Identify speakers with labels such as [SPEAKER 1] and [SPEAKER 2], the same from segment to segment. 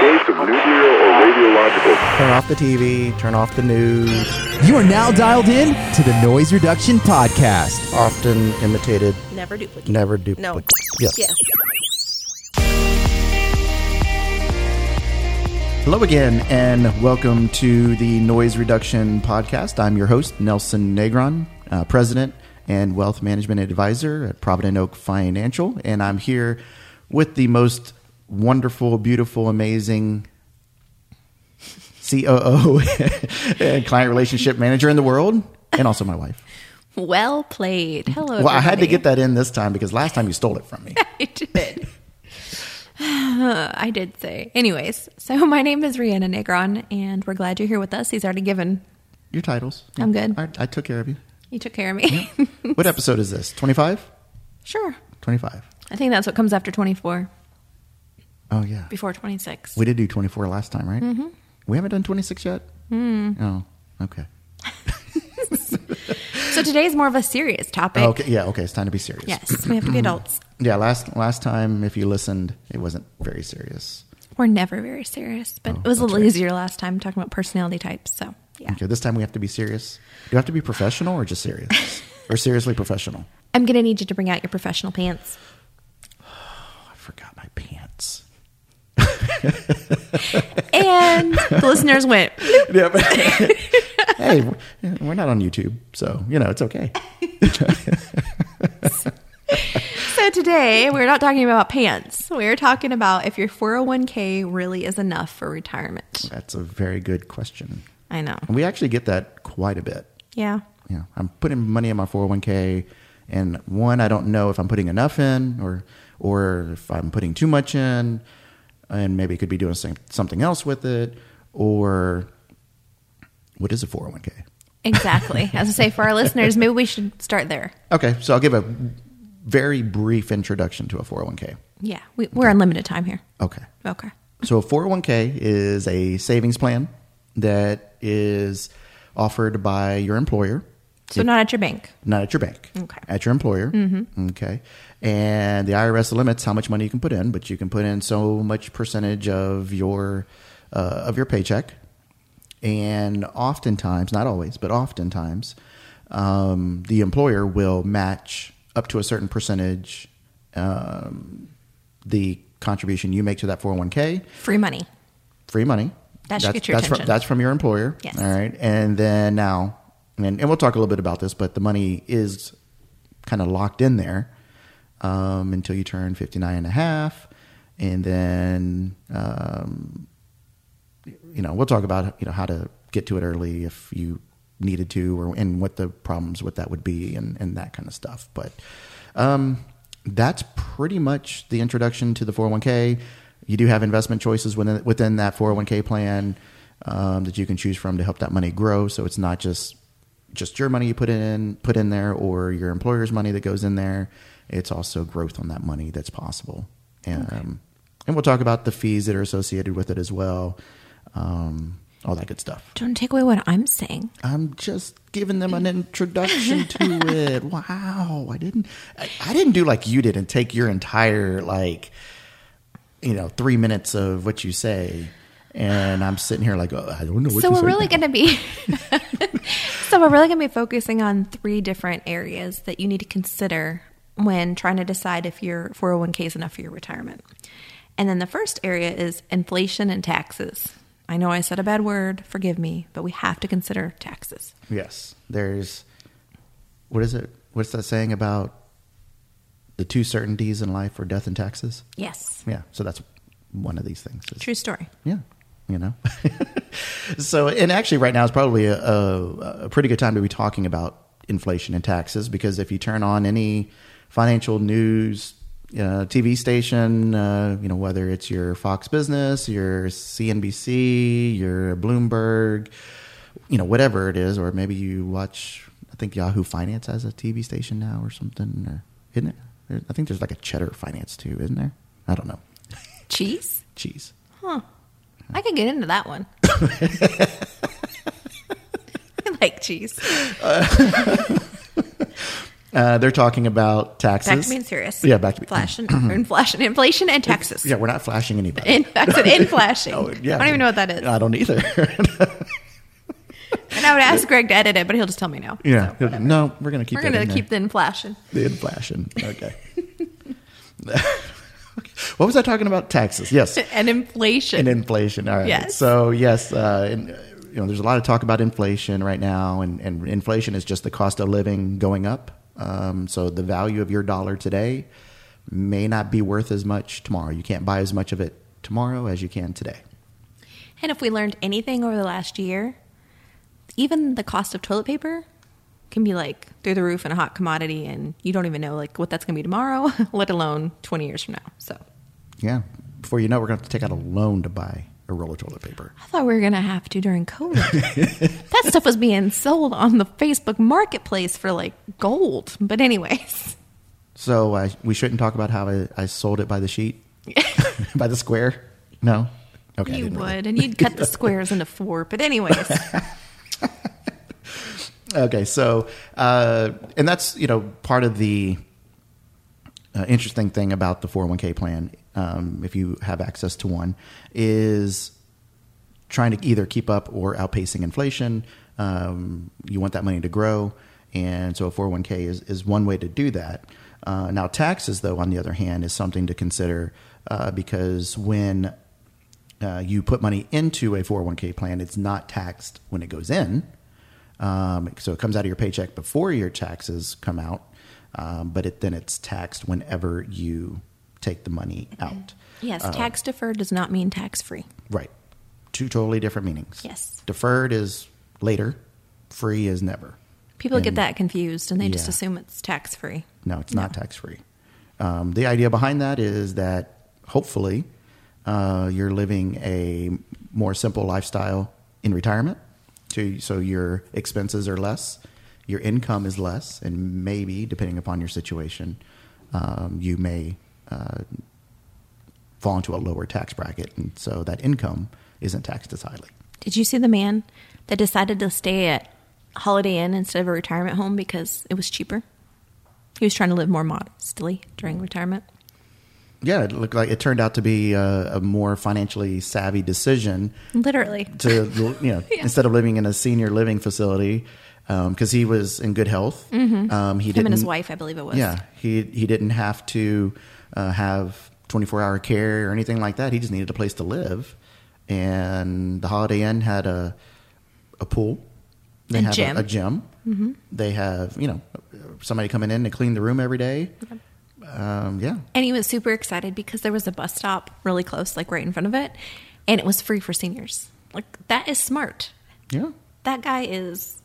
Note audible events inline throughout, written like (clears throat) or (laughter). [SPEAKER 1] case of nuclear or radiological
[SPEAKER 2] Turn off the TV, turn off the news,
[SPEAKER 3] You are now dialed in to the Noise Reduction Podcast.
[SPEAKER 2] often imitated,
[SPEAKER 4] Never duplicate.
[SPEAKER 2] never duplicate.
[SPEAKER 4] No.
[SPEAKER 2] Yes.
[SPEAKER 4] Yes.
[SPEAKER 2] Hello again, and welcome to the Noise Reduction Podcast. I'm your host, Nelson Negron, uh, President and Wealth Management Advisor at Provident Oak Financial. And I'm here with the most wonderful, beautiful, amazing COO (laughs) and client relationship manager in the world, and also my wife.
[SPEAKER 5] Well played. Hello.
[SPEAKER 2] Well, I had to get that in this time because last time you stole it from
[SPEAKER 5] (laughs)
[SPEAKER 2] me.
[SPEAKER 5] I did. (sighs) I did say. Anyways, so (laughs) my name is Rihanna Negron, and we're glad you're here with us. He's already given.
[SPEAKER 2] Your titles.
[SPEAKER 5] I'm good.
[SPEAKER 2] I, I took care of
[SPEAKER 5] (laughs)
[SPEAKER 2] you.
[SPEAKER 5] You took care of me.
[SPEAKER 2] What episode is this? 25?
[SPEAKER 5] (laughs) sure.
[SPEAKER 2] 25.
[SPEAKER 5] I think that's what comes after 24,
[SPEAKER 2] Oh, yeah.
[SPEAKER 5] before 26.
[SPEAKER 2] We did do 24 last time, right? Mm-hmm. We haven't done 26 yet? Mm. Oh, okay.
[SPEAKER 5] So today's more of a serious topic.
[SPEAKER 2] Okay, Mm-hmm. yeah, okay. It's time to be serious.
[SPEAKER 5] Yes, we have to be adults.
[SPEAKER 2] Yeah, last last time, if you listened, it wasn't very serious.
[SPEAKER 5] We're never very serious, but
[SPEAKER 2] Oh,
[SPEAKER 5] it was
[SPEAKER 2] that's
[SPEAKER 5] a little
[SPEAKER 2] right.
[SPEAKER 5] easier last time talking about personality types. So, yeah.
[SPEAKER 2] Okay, this time we have to be serious. Do you have to be professional or just
[SPEAKER 5] (laughs)
[SPEAKER 2] serious? or seriously professional?
[SPEAKER 5] I'm going to need you to bring out your professional pants.
[SPEAKER 2] I forgot my pants.
[SPEAKER 5] And the listeners went, "Bloop."
[SPEAKER 2] Yeah, but- hey, (laughs) we're- we're not on YouTube, so, you know, it's
[SPEAKER 5] (laughs)
[SPEAKER 2] okay.
[SPEAKER 5] So today we're not talking about pants. We're talking about if your 401k really is enough for retirement.
[SPEAKER 2] That's a very good question.
[SPEAKER 5] I know.
[SPEAKER 2] And we actually get that quite a bit.
[SPEAKER 5] Yeah.
[SPEAKER 2] you know, I'm putting money in my 401k, and one, I don't know if I'm putting enough in, or or if I'm putting too much in, and maybe could be doing some, something else with it, or what is a 401k?
[SPEAKER 5] Exactly. As I say for our listeners, maybe we should start there.
[SPEAKER 2] Okay, so I'll give a very brief introduction to a 401k.
[SPEAKER 5] Yeah. We, we're on limited time here.
[SPEAKER 2] Okay,
[SPEAKER 5] Okay.
[SPEAKER 2] so a 401k is a savings plan that is offered by your employer.
[SPEAKER 5] So not at your bank.
[SPEAKER 2] Not at your bank.
[SPEAKER 5] Okay.
[SPEAKER 2] At your employer. Mm-hmm. Okay. And the IRS limits how much money you can put in, but you can put in so much percentage of your uh, of your paycheck. And oftentimes, not always, but oftentimes, um, the employer will match up to a certain percentage um, the contribution you make to that 401k
[SPEAKER 5] Free money.
[SPEAKER 2] free money.
[SPEAKER 5] That should get your
[SPEAKER 2] that's From,
[SPEAKER 5] attention.
[SPEAKER 2] that's from your employer.
[SPEAKER 5] Yes.
[SPEAKER 2] All right. And then now, and, and we'll talk a little bit about this, but the money is kind of locked in there um, until you turn 59 and a half. And then, um, you know, we'll talk about, you know, how to get to it early if you needed to or and what the problems with that would be and, and that kind of stuff. But um, that's pretty much the introduction to the 401k. You do have investment choices within, within that 401k plan um, that you can choose from to help that money grow. So it's not just just your money you put in put in there or your employer's money that goes in there. It's also growth on that money that's possible. And, um, and we'll talk about the fees that are associated with it as well. Um, all that good stuff.
[SPEAKER 5] Don't take away what I'm saying.
[SPEAKER 2] I'm just giving them an introduction to
[SPEAKER 5] (laughs)
[SPEAKER 2] it. Wow, I didn't, I, I didn't do like you did and take your entire like, you know, three minutes of what you say, and I'm sitting here like, oh, I don't know. what
[SPEAKER 5] so
[SPEAKER 2] to
[SPEAKER 5] we're
[SPEAKER 2] say
[SPEAKER 5] really
[SPEAKER 2] now.
[SPEAKER 5] going to be (laughs) so we're really going to be focusing on three different areas that you need to consider when trying to decide if your 401k is enough for your retirement and then the first area is inflation and taxes i know i said a bad word forgive me but we have to consider taxes
[SPEAKER 2] Yes, there's. What is it? What's that saying about the two certainties in life are death and taxes?
[SPEAKER 5] yes
[SPEAKER 2] Yeah, so that's one of these things. is-
[SPEAKER 5] true story
[SPEAKER 2] yeah, you know. (laughs) so, and actually, right now is probably a, a, a pretty good time to be talking about inflation and taxes because if you turn on any financial news uh, TV station, uh, you know whether it's your Fox Business, your CNBC, your Bloomberg, you know whatever it is, or maybe you watch. I think Yahoo Finance has a TV station now or something, or, isn't it? There- I think there's like a Cheddar Finance too, isn't there? I don't know.
[SPEAKER 5] cheese
[SPEAKER 2] Cheese.
[SPEAKER 5] i could get into
[SPEAKER 2] (laughs)
[SPEAKER 5] that one i like cheese
[SPEAKER 2] Uh, they're talking about taxes.
[SPEAKER 5] Back to being serious.
[SPEAKER 2] Yeah, back to be- (clears throat)
[SPEAKER 5] flash and inflation, inflation and taxes.
[SPEAKER 2] Yeah, we're not flashing anybody.
[SPEAKER 5] In fact, an in flashing.
[SPEAKER 2] (laughs) Oh, yeah. Uh,
[SPEAKER 5] I don't even know what that is.
[SPEAKER 2] I don't either. (laughs)
[SPEAKER 5] and I would ask Greg to edit it, but he'll just tell me no.
[SPEAKER 2] yeah. no, we're gonna keep.
[SPEAKER 5] We're
[SPEAKER 2] that
[SPEAKER 5] gonna
[SPEAKER 2] in there.
[SPEAKER 5] keep the inflation.
[SPEAKER 2] the inflation. Okay. (laughs) what was I talking about? Taxes.
[SPEAKER 5] (laughs)
[SPEAKER 2] Yes.
[SPEAKER 5] And inflation.
[SPEAKER 2] And inflation. All right.
[SPEAKER 5] Yes.
[SPEAKER 2] So yes, uh, and, uh, you know, there's a lot of talk about inflation right now, and, and inflation is just the cost of living going up. Um, so the value of your dollar today may not be worth as much tomorrow. You can't buy as much of it tomorrow as you can today.
[SPEAKER 5] And if we learned anything over the last year, even the cost of toilet paper can be like through the roof and a hot commodity, and you don't even know like what that's going to be tomorrow, (laughs) let alone 20 years from now. So
[SPEAKER 2] Yeah. Before you know, it, we're going to have to take out a loan to buy a roll of toilet paper.
[SPEAKER 5] I thought we were going to have to during COVID.
[SPEAKER 2] (laughs)
[SPEAKER 5] that stuff was being sold on the Facebook marketplace for like gold. But, anyways,
[SPEAKER 2] So I, we shouldn't talk about how I, I sold it by the
[SPEAKER 5] (laughs)
[SPEAKER 2] sheet, (laughs) by the square. No, okay, I
[SPEAKER 5] you
[SPEAKER 2] didn't really.
[SPEAKER 5] would, and you'd cut the squares into four. But, anyways,
[SPEAKER 2] Okay, so uh, and that's you know part of the uh, interesting thing about the 401k plan, um, if you have access to one, is trying to either keep up or outpacing inflation. Um, you want that money to grow. And so a 401k is, is one way to do that. Uh, now, taxes, though, on the other hand, is something to consider uh, because when uh, you put money into a 401k plan, it's not taxed when it goes in. Um, so it comes out of your paycheck before your taxes come out, um, but it, then it's taxed whenever you take the money out.
[SPEAKER 5] yes,
[SPEAKER 2] Uh-huh.
[SPEAKER 5] tax deferred does not mean tax free.
[SPEAKER 2] Right. Two totally different meanings.
[SPEAKER 5] Yes.
[SPEAKER 2] Deferred is later, free is never.
[SPEAKER 5] People get
[SPEAKER 2] And-
[SPEAKER 5] that confused and they just
[SPEAKER 2] Yeah.
[SPEAKER 5] assume it's tax free.
[SPEAKER 2] No, it's not tax free. Um, the idea behind that is that hopefully uh, you're living a more simple lifestyle in retirement. To, so your expenses are less, your income is less, and maybe, depending upon your situation, um, you may uh, fall into a lower tax bracket. And so that income isn't taxed as highly.
[SPEAKER 5] Did you see the man that decided to stay at Holiday Inn instead of a retirement home because it was cheaper? He was trying to live more modestly during retirement.
[SPEAKER 2] yeah, it looked like it turned out to be a, a more financially savvy decision
[SPEAKER 5] Literally.
[SPEAKER 2] to you know
[SPEAKER 5] (laughs) Yeah.
[SPEAKER 2] instead of living in a senior living facility because he was in good health. Um, he
[SPEAKER 5] Mm-hmm. Him
[SPEAKER 2] didn't,
[SPEAKER 5] and his wife, I believe it was.
[SPEAKER 2] Yeah, he he didn't have to uh, have twenty four hour care or anything like that. He just needed a place to live, and the Holiday Inn had a a pool. They
[SPEAKER 5] A
[SPEAKER 2] have
[SPEAKER 5] gym. Mm-hmm.
[SPEAKER 2] A, gym. They have you know somebody coming in to clean the room every day. Um, yeah,
[SPEAKER 5] And he was super excited because there was a bus stop really close, like right in front of it, and it was free for seniors. Like, that is smart.
[SPEAKER 2] yeah.
[SPEAKER 5] That guy is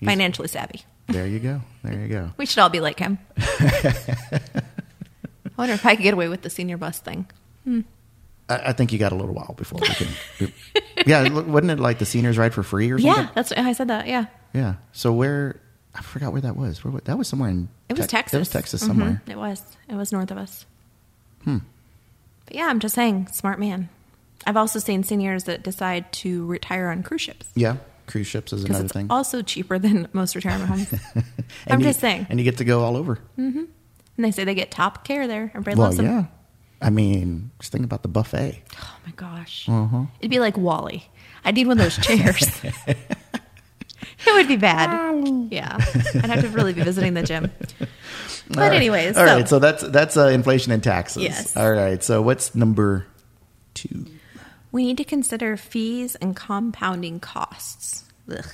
[SPEAKER 2] He's-
[SPEAKER 5] financially savvy.
[SPEAKER 2] There you go. There you go.
[SPEAKER 5] We should all be like (laughs) him. I wonder if I could get away with the senior bus thing.
[SPEAKER 2] I, I think you got a little while before we can. yeah, l- wasn't it like the seniors ride for free or something?
[SPEAKER 5] Yeah, that's I said that. Yeah.
[SPEAKER 2] Yeah. So where I forgot where that was. Where wa- that was somewhere in
[SPEAKER 5] It was
[SPEAKER 2] Tex-
[SPEAKER 5] Texas.
[SPEAKER 2] That was Texas
[SPEAKER 5] Mhm.
[SPEAKER 2] somewhere.
[SPEAKER 5] It was. It was north of us.
[SPEAKER 2] Hmm.
[SPEAKER 5] But yeah, I'm just saying, smart man. I've also seen seniors that decide to retire on cruise ships
[SPEAKER 2] Yeah, cruise ships is
[SPEAKER 5] because
[SPEAKER 2] another
[SPEAKER 5] it's
[SPEAKER 2] thing.
[SPEAKER 5] also cheaper than (laughs) most
[SPEAKER 2] (laughs)
[SPEAKER 5] retirement homes.
[SPEAKER 2] And
[SPEAKER 5] I'm
[SPEAKER 2] you-
[SPEAKER 5] just saying.
[SPEAKER 2] And you get to go all over.
[SPEAKER 5] and they say they get top care there. Everybody
[SPEAKER 2] well,
[SPEAKER 5] loves them.
[SPEAKER 2] yeah. I mean, just think about the buffet.
[SPEAKER 5] Oh my gosh.
[SPEAKER 2] Mm-hmm.
[SPEAKER 5] It'd be like Wally. I'd need one of those chairs.
[SPEAKER 2] (laughs)
[SPEAKER 5] it would be bad. Yeah. I'd have to really be visiting the gym. But,
[SPEAKER 2] All right.
[SPEAKER 5] anyways,
[SPEAKER 2] all
[SPEAKER 5] so,
[SPEAKER 2] right. So that's that's uh, inflation and taxes.
[SPEAKER 5] Yes.
[SPEAKER 2] All right. So what's number two?
[SPEAKER 5] we need to consider fees and compounding costs. Ugh.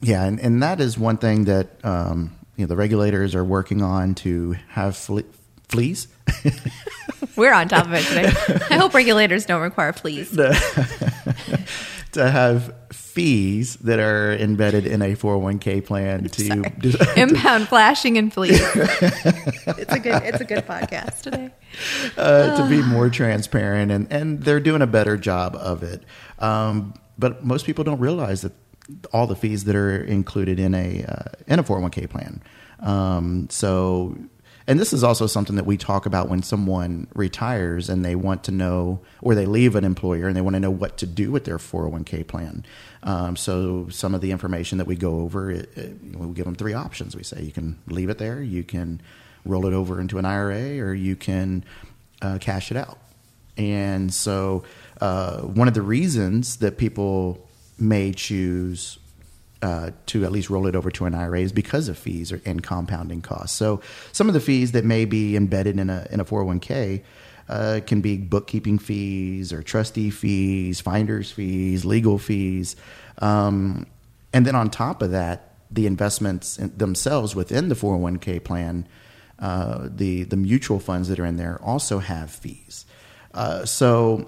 [SPEAKER 2] Yeah, and, and that is one thing that um, you know the regulators are working on to have fle- fleas.
[SPEAKER 5] We're on top of it today. I hope regulators don't require please.
[SPEAKER 2] to have fees that are embedded in a 401k plan to
[SPEAKER 5] Impound flashing
[SPEAKER 2] (laughs)
[SPEAKER 5] and please. it's a good it's a good podcast today.
[SPEAKER 2] uh, to be more transparent and and they're doing a better job of it um, but most people don't realize that all the oh fees that are included in a uh, in a 401k plan um, so And this is also something that we talk about when someone retires and they want to know, or they leave an employer and they want to know what to do with their 401k plan. Um, so, some of the information that we go over, it, it, we give them three options. We say you can leave it there, you can roll it over into an IRA, or you can uh, cash it out. And so, uh, one of the reasons that people may choose uh, to at least roll it over to an IRA is because of fees or, and compounding costs. So some of the fees that may be embedded in a in a 401k uh, can be bookkeeping fees or trustee fees, finders fees, legal fees, um, and then on top of that, the investments in, themselves within the 401k plan, uh, the the mutual funds that are in there also have fees. Uh, so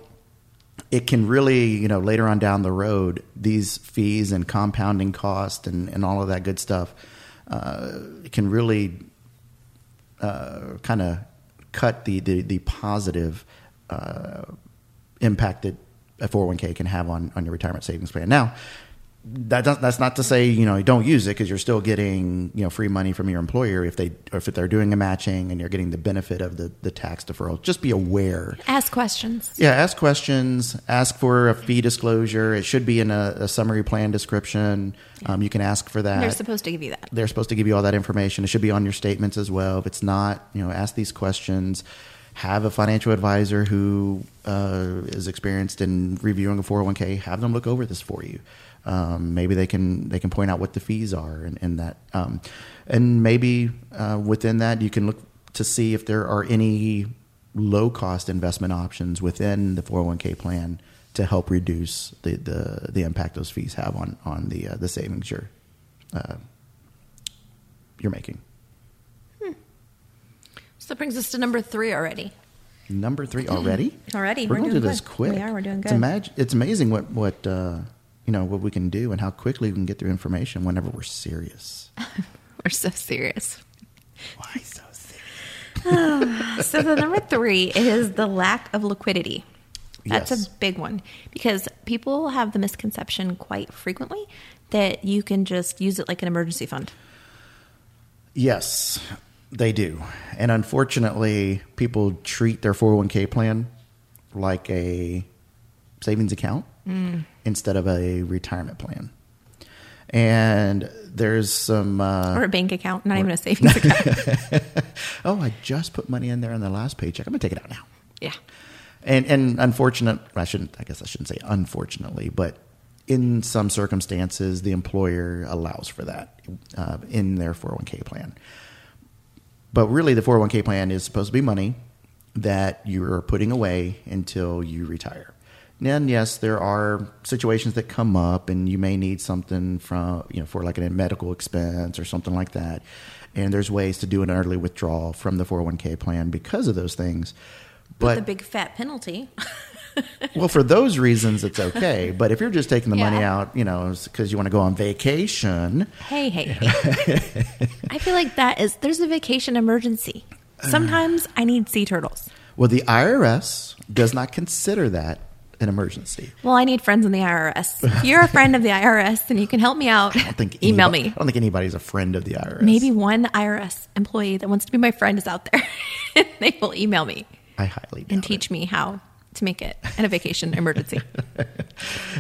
[SPEAKER 2] it can really, you know, later on down the road, these fees and compounding cost and, and all of that good stuff uh, can really uh, kind of cut the, the, the positive uh, impact that a 401k can have on, on your retirement savings plan. Now, that does, that's not to say you know don't use it because you're still getting you know free money from your employer if they or if they're doing a matching and you're getting the benefit of the, the tax deferral. Just be aware
[SPEAKER 5] Ask questions.
[SPEAKER 2] yeah, ask questions. Ask for a fee disclosure. It should be in a, a summary plan description. Um, you can ask for that.
[SPEAKER 5] They're supposed to give you that.
[SPEAKER 2] They're supposed to give you all that information. It should be on your statements as well. If it's not, you know, ask these questions. Have a financial advisor who uh, is experienced in reviewing a 401k. Have them look over this for you. Um, maybe they can they can point out what the fees are and, and that, um, and maybe uh, within that you can look to see if there are any low cost investment options within the 401k plan to help reduce the the, the impact those fees have on on the uh, the savings you're you're making.
[SPEAKER 5] So that brings us to number three already.
[SPEAKER 2] Number three already.
[SPEAKER 5] Already,
[SPEAKER 2] we're,
[SPEAKER 5] we're
[SPEAKER 2] going to do
[SPEAKER 5] doing
[SPEAKER 2] this
[SPEAKER 5] good.
[SPEAKER 2] quick.
[SPEAKER 5] We are, we're doing
[SPEAKER 2] It's,
[SPEAKER 5] good.
[SPEAKER 2] imag- it's amazing what what uh, you know what we can do and how quickly we can get through information whenever we're
[SPEAKER 5] (laughs)
[SPEAKER 2] serious.
[SPEAKER 5] We're so serious.
[SPEAKER 2] Why so serious?
[SPEAKER 5] so the number three is the lack of liquidity. That's
[SPEAKER 2] Yes.
[SPEAKER 5] a big one because people have the misconception quite frequently that you can just use it like an emergency fund.
[SPEAKER 2] Yes, they do. And unfortunately, people treat their 401k plan like a savings account
[SPEAKER 5] Mm.
[SPEAKER 2] instead of a retirement plan. And there's some uh,
[SPEAKER 5] or a bank account, not even a
[SPEAKER 2] (laughs)
[SPEAKER 5] savings account.
[SPEAKER 2] oh, I just put money in there on the last paycheck. I'm going to take it out now.
[SPEAKER 5] Yeah.
[SPEAKER 2] and and unfortunate I shouldn't I guess I shouldn't say unfortunately, but in some circumstances the employer allows for that uh, in their 401k plan. But really the 401k plan is supposed to be money that you're putting away until you retire. And yes, there are situations that come up and you may need something from, you know, for like a medical expense or something like that. And there's ways to do an early withdrawal from the 401k plan because of those things. But
[SPEAKER 5] With a big fat penalty.
[SPEAKER 2] well, for those reasons, it's
[SPEAKER 5] (laughs)
[SPEAKER 2] okay. But if you're just taking the money
[SPEAKER 5] Yeah.
[SPEAKER 2] out, you know, because you want to go on vacation,
[SPEAKER 5] hey, hey, hey. (laughs) I feel like that is, there's a vacation emergency. Sometimes I need sea turtles.
[SPEAKER 2] well, the IRS does not consider that an emergency.
[SPEAKER 5] Well, I need friends in the IRS. If you're a friend of the IRS and you can help me out,
[SPEAKER 2] I don't think
[SPEAKER 5] email
[SPEAKER 2] anybo-
[SPEAKER 5] me.
[SPEAKER 2] I don't think anybody's a friend of the IRS.
[SPEAKER 5] Maybe one IRS employee that wants to be my friend is out there. (laughs) and they will email me
[SPEAKER 2] I highly doubt
[SPEAKER 5] and teach me how to make it in a vacation emergency.
[SPEAKER 2] it.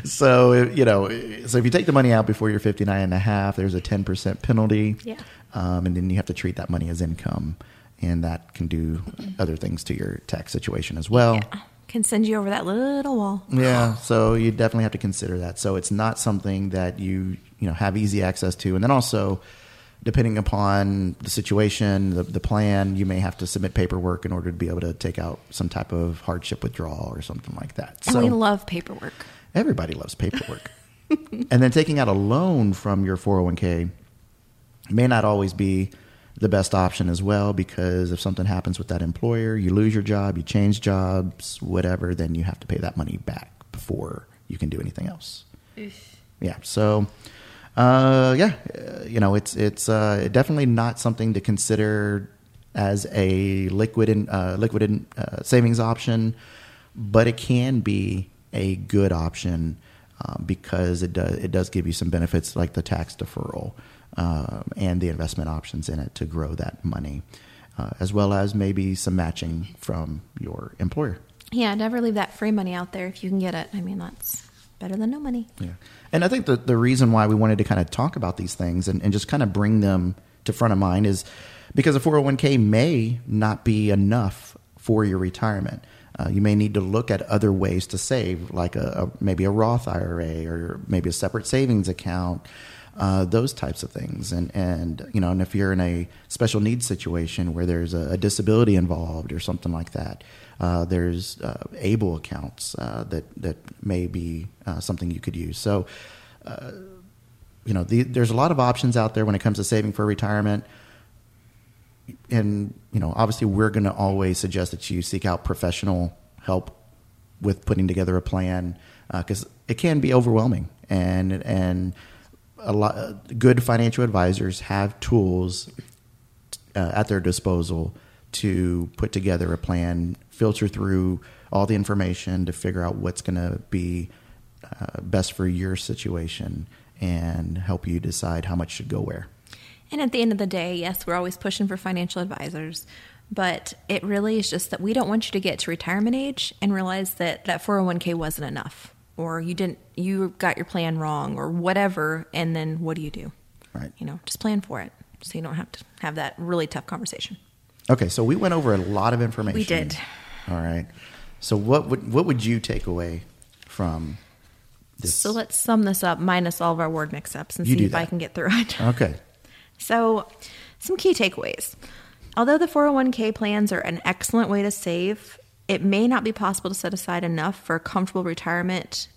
[SPEAKER 2] So you know, so if you take the money out before you're 59 and a half, there's a 10 percent penalty.
[SPEAKER 5] Yeah.
[SPEAKER 2] um, and then you have to treat that money as income, and that can do other things to your tax situation as well.
[SPEAKER 5] Yeah. Can send you over that little wall.
[SPEAKER 2] Yeah, so you definitely have to consider that. So it's not something that you you know have easy access to, and then also depending upon the situation, the, the plan, you may have to submit paperwork in order to be able to take out some type of hardship withdrawal or something like that.
[SPEAKER 5] And
[SPEAKER 2] So
[SPEAKER 5] we love paperwork.
[SPEAKER 2] everybody loves paperwork, (laughs) and then taking out a loan from your four hundred one k may not always be the best option as well because if something happens with that employer, you lose your job, you change jobs, whatever, then you have to pay that money back before you can do anything else. Yeah. So, uh, yeah, uh, you know, it's it's uh, definitely not something to consider as a liquid in, uh, liquid in, uh, savings option, but it can be a good option um, because it does it does give you some benefits like the tax deferral um, and the investment options in it to grow that money. uh, as well as maybe some matching from your employer.
[SPEAKER 5] Yeah, never leave that free money out there if you can get it. I mean, that's better than no money.
[SPEAKER 2] Yeah. And I think that the reason why we wanted to kind of talk about these things and, and just kind of bring them to front of mind is because a 401k may not be enough for your retirement. Uh, you may need to look at other ways to save, like a, a maybe a Roth IRA or maybe a separate savings account, uh, those types of things. And and you know, and if you're in a special needs situation where there's a, a disability involved or something like that, uh, there's uh, ABLE accounts uh, that that may be uh, something you could use. So uh, you know, the, there's a lot of options out there when it comes to saving for retirement. And, you know, obviously we're going to always suggest that you seek out professional help with putting together a plan because it can be overwhelming. And, and a lot, good financial advisors have tools uh, at their disposal to put together a plan, filter through all the information to figure out what's going to be uh, best for your situation and help you decide how much should go where.
[SPEAKER 5] And at the end of the day, yes, we're always pushing for financial advisors, but it really is just that we don't want you to get to retirement age and realize that that 401k wasn't enough or you didn't you got your plan wrong or whatever and then what do you do?
[SPEAKER 2] Right.
[SPEAKER 5] You know, just plan for it so you don't have to have that really tough conversation.
[SPEAKER 2] Okay, so we went over a lot of information.
[SPEAKER 5] We did.
[SPEAKER 2] All right. So what would what would you take away from this?
[SPEAKER 5] So let's sum this up minus all of our word mix-ups and
[SPEAKER 2] You
[SPEAKER 5] see
[SPEAKER 2] do
[SPEAKER 5] if I
[SPEAKER 2] that.
[SPEAKER 5] can get through it.
[SPEAKER 2] okay.
[SPEAKER 5] So, some key takeaways. Although the 401k plans are an excellent way to save, it may not be possible to set aside enough for a comfortable retirement,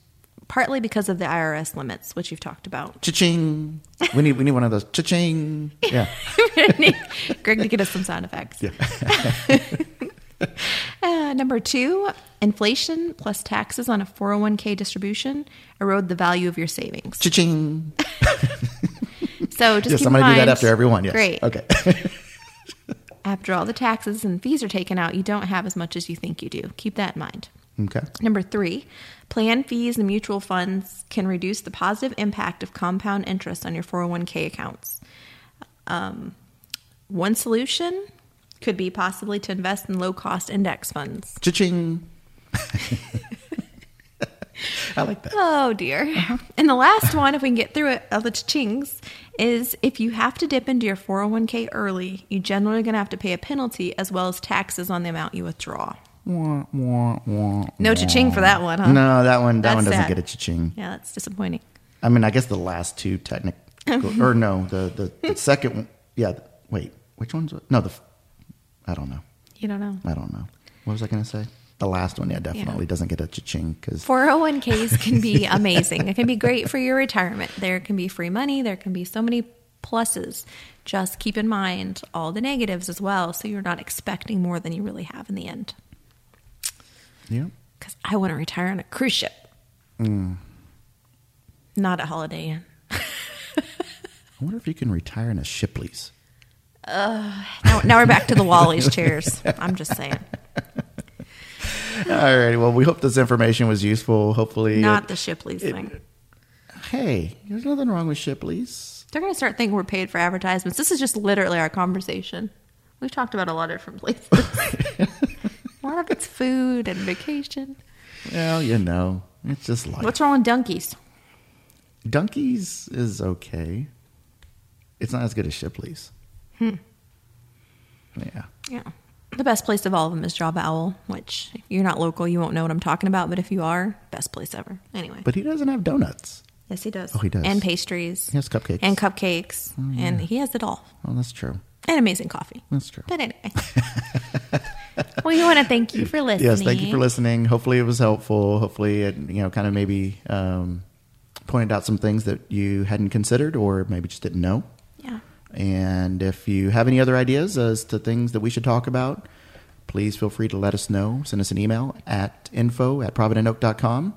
[SPEAKER 5] partly because of the IRS limits, which you've talked about.
[SPEAKER 2] Cha-ching. We need we need one of those
[SPEAKER 5] (laughs)
[SPEAKER 2] cha-ching. (laughs) Yeah.
[SPEAKER 5] Greg to get us some sound effects. (laughs) Uh, number two, inflation plus taxes on a 401k distribution erode the value of your savings.
[SPEAKER 2] Cha-ching.
[SPEAKER 5] So just
[SPEAKER 2] Yes,
[SPEAKER 5] keep
[SPEAKER 2] I'm going
[SPEAKER 5] in
[SPEAKER 2] to do that
[SPEAKER 5] mind-
[SPEAKER 2] after everyone. Yes.
[SPEAKER 5] Great.
[SPEAKER 2] Okay. (laughs)
[SPEAKER 5] After all the taxes and fees are taken out, you don't have as much as you think you do. Keep that in mind.
[SPEAKER 2] okay.
[SPEAKER 5] Number three, plan fees and mutual funds can reduce the positive impact of compound interest on your 401k accounts. Um, one solution could be possibly to invest in low cost index funds.
[SPEAKER 2] Cha-ching. (laughs) I like that.
[SPEAKER 5] Oh dear. And the last one, if we can get through it, of the chings, is if you have to dip into your 401k early, you generally going to have to pay a penalty as well as taxes on the amount you withdraw.
[SPEAKER 2] Wah, wah, wah,
[SPEAKER 5] No
[SPEAKER 2] wah.
[SPEAKER 5] cha-ching for that one, huh?
[SPEAKER 2] No, that one that
[SPEAKER 5] That's
[SPEAKER 2] one doesn't
[SPEAKER 5] sad.
[SPEAKER 2] get a cha-ching.
[SPEAKER 5] Yeah, that's disappointing.
[SPEAKER 2] I mean, I guess the last two technical, or no, the, the, the second one. Yeah. th- Wait, which one's? No, the, f- I don't know.
[SPEAKER 5] You don't know.
[SPEAKER 2] I don't know. What was I going to say? The last one, yeah, definitely
[SPEAKER 5] Yeah.
[SPEAKER 2] doesn't get a cha-ching because,
[SPEAKER 5] 401ks can be amazing. it can be great for your retirement. There can be free money. There can be so many pluses. Just keep in mind all the negatives as well. So you're not expecting more than you really have in the end.
[SPEAKER 2] yeah.
[SPEAKER 5] Because I want to retire on a cruise ship, not a holiday inn.
[SPEAKER 2] I wonder if you can retire in a Shipley's.
[SPEAKER 5] Now, now we're back to the Wally's chairs. I'm just saying.
[SPEAKER 2] All right. Well, we hope this information was useful. Hopefully, uh, it-
[SPEAKER 5] Not the Shipley's thing.
[SPEAKER 2] hey, there's nothing wrong with Shipley's.
[SPEAKER 5] (laughs) They're going to start thinking we're paid for advertisements. This is just literally our conversation. We've talked about a lot of different places.
[SPEAKER 2] (laughs)
[SPEAKER 5] a lot of it's food and vacation.
[SPEAKER 2] (laughs) Well, you know, it's just life.
[SPEAKER 5] What's wrong with donkeys?
[SPEAKER 2] Dunkies is okay. It's not as good as Shipley's. Hmm. Yeah.
[SPEAKER 5] Yeah. The best place of all of them is Job Owl, which if you're not local, you won't know what I'm talking about. But if you are, best place ever. Anyway.
[SPEAKER 2] But he doesn't have donuts.
[SPEAKER 5] yes, he does.
[SPEAKER 2] Oh, he does.
[SPEAKER 5] And pastries.
[SPEAKER 2] He has cupcakes. Mm,
[SPEAKER 5] And cupcakes. And he has it all.
[SPEAKER 2] Oh, that's true.
[SPEAKER 5] And amazing coffee.
[SPEAKER 2] That's true. (laughs)
[SPEAKER 5] But anyway. we want to thank you for listening.
[SPEAKER 2] Yes, thank you for listening. Hopefully, it was helpful. Hopefully, it you know kind of maybe um, pointed out some things that you hadn't considered or maybe just didn't know.
[SPEAKER 5] Yeah.
[SPEAKER 2] And if you have any other ideas as to things that we should talk about, please feel free to let us know. Send us an email at info at providentoak.com.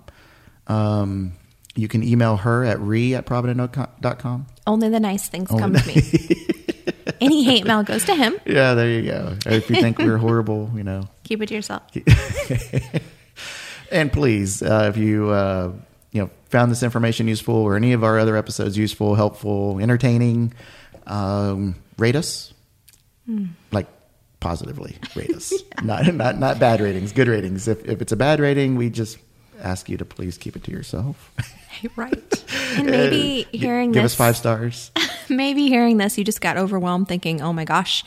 [SPEAKER 2] Um, you can email her at re at providentoak.com.
[SPEAKER 5] Only the nice things come to me.
[SPEAKER 2] (laughs)
[SPEAKER 5] Any hate mail goes to him.
[SPEAKER 2] Yeah, there you go. Or if you think we're horrible, you know.
[SPEAKER 5] Keep it
[SPEAKER 2] (laughs)
[SPEAKER 5] to yourself.
[SPEAKER 2] And please, uh, if you uh, you know found this information useful or any of our other episodes useful,
[SPEAKER 5] Hmm.
[SPEAKER 2] helpful, entertaining, um, rate us like positively rate
[SPEAKER 5] (laughs)
[SPEAKER 2] us. Not not not bad ratings, good ratings. If if it's a bad rating, we just ask you to please keep it to yourself.
[SPEAKER 5] Hey, right. And (laughs) maybe
[SPEAKER 2] (laughs) Gi-
[SPEAKER 5] hearing
[SPEAKER 2] Uh, give
[SPEAKER 5] this,
[SPEAKER 2] us five
[SPEAKER 5] (laughs)
[SPEAKER 2] stars.
[SPEAKER 5] maybe hearing this, you just got overwhelmed, thinking, "Oh my gosh,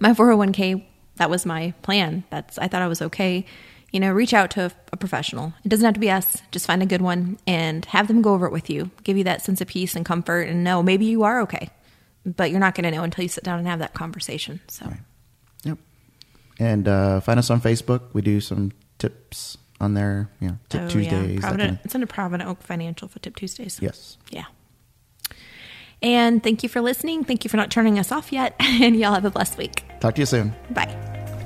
[SPEAKER 5] my 401k. That was my plan. That's I thought I was okay." You know, reach out to a, a professional. It doesn't have to be us. Just find a good one and have them go over it with you. Give you that sense of peace and comfort, and know maybe you are okay, but you're not going to know until you sit down and have that conversation. So,
[SPEAKER 2] Yep. And uh, find us on Facebook. We do some tips on there. You know, tip
[SPEAKER 5] Oh,
[SPEAKER 2] Tuesdays. that
[SPEAKER 5] Provident,
[SPEAKER 2] kinda-
[SPEAKER 5] it's under Provident Oak Financial for Tip Tuesdays.
[SPEAKER 2] yes.
[SPEAKER 5] Yeah. And thank you for listening. Thank you for not turning us off yet. (laughs) And y'all have a blessed week.
[SPEAKER 2] Talk to you soon.
[SPEAKER 5] Bye.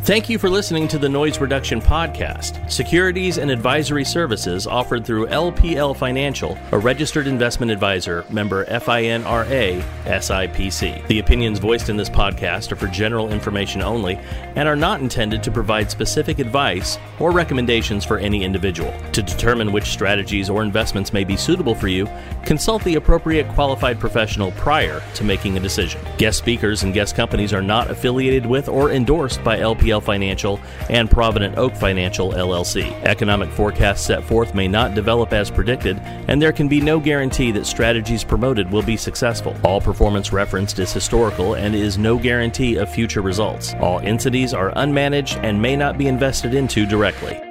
[SPEAKER 4] Thank you for listening to the Noise Reduction Podcast. Securities and advisory services offered through LPL Financial, a registered investment advisor, member FINRA SIPC. The opinions voiced in this podcast are for general information only and are not intended to provide specific advice or recommendations for any individual. To determine which strategies or investments may be suitable for you, consult the appropriate qualified professional prior to making a decision. Guest speakers and guest companies are not affiliated with or endorsed by LPL Financial and Provident Oak Financial LLC. Economic forecasts set forth may not develop as predicted, and there can be no guarantee that strategies promoted will be successful. All performance referenced is historical and is no guarantee of future results. All entities are unmanaged and may not be invested into directly.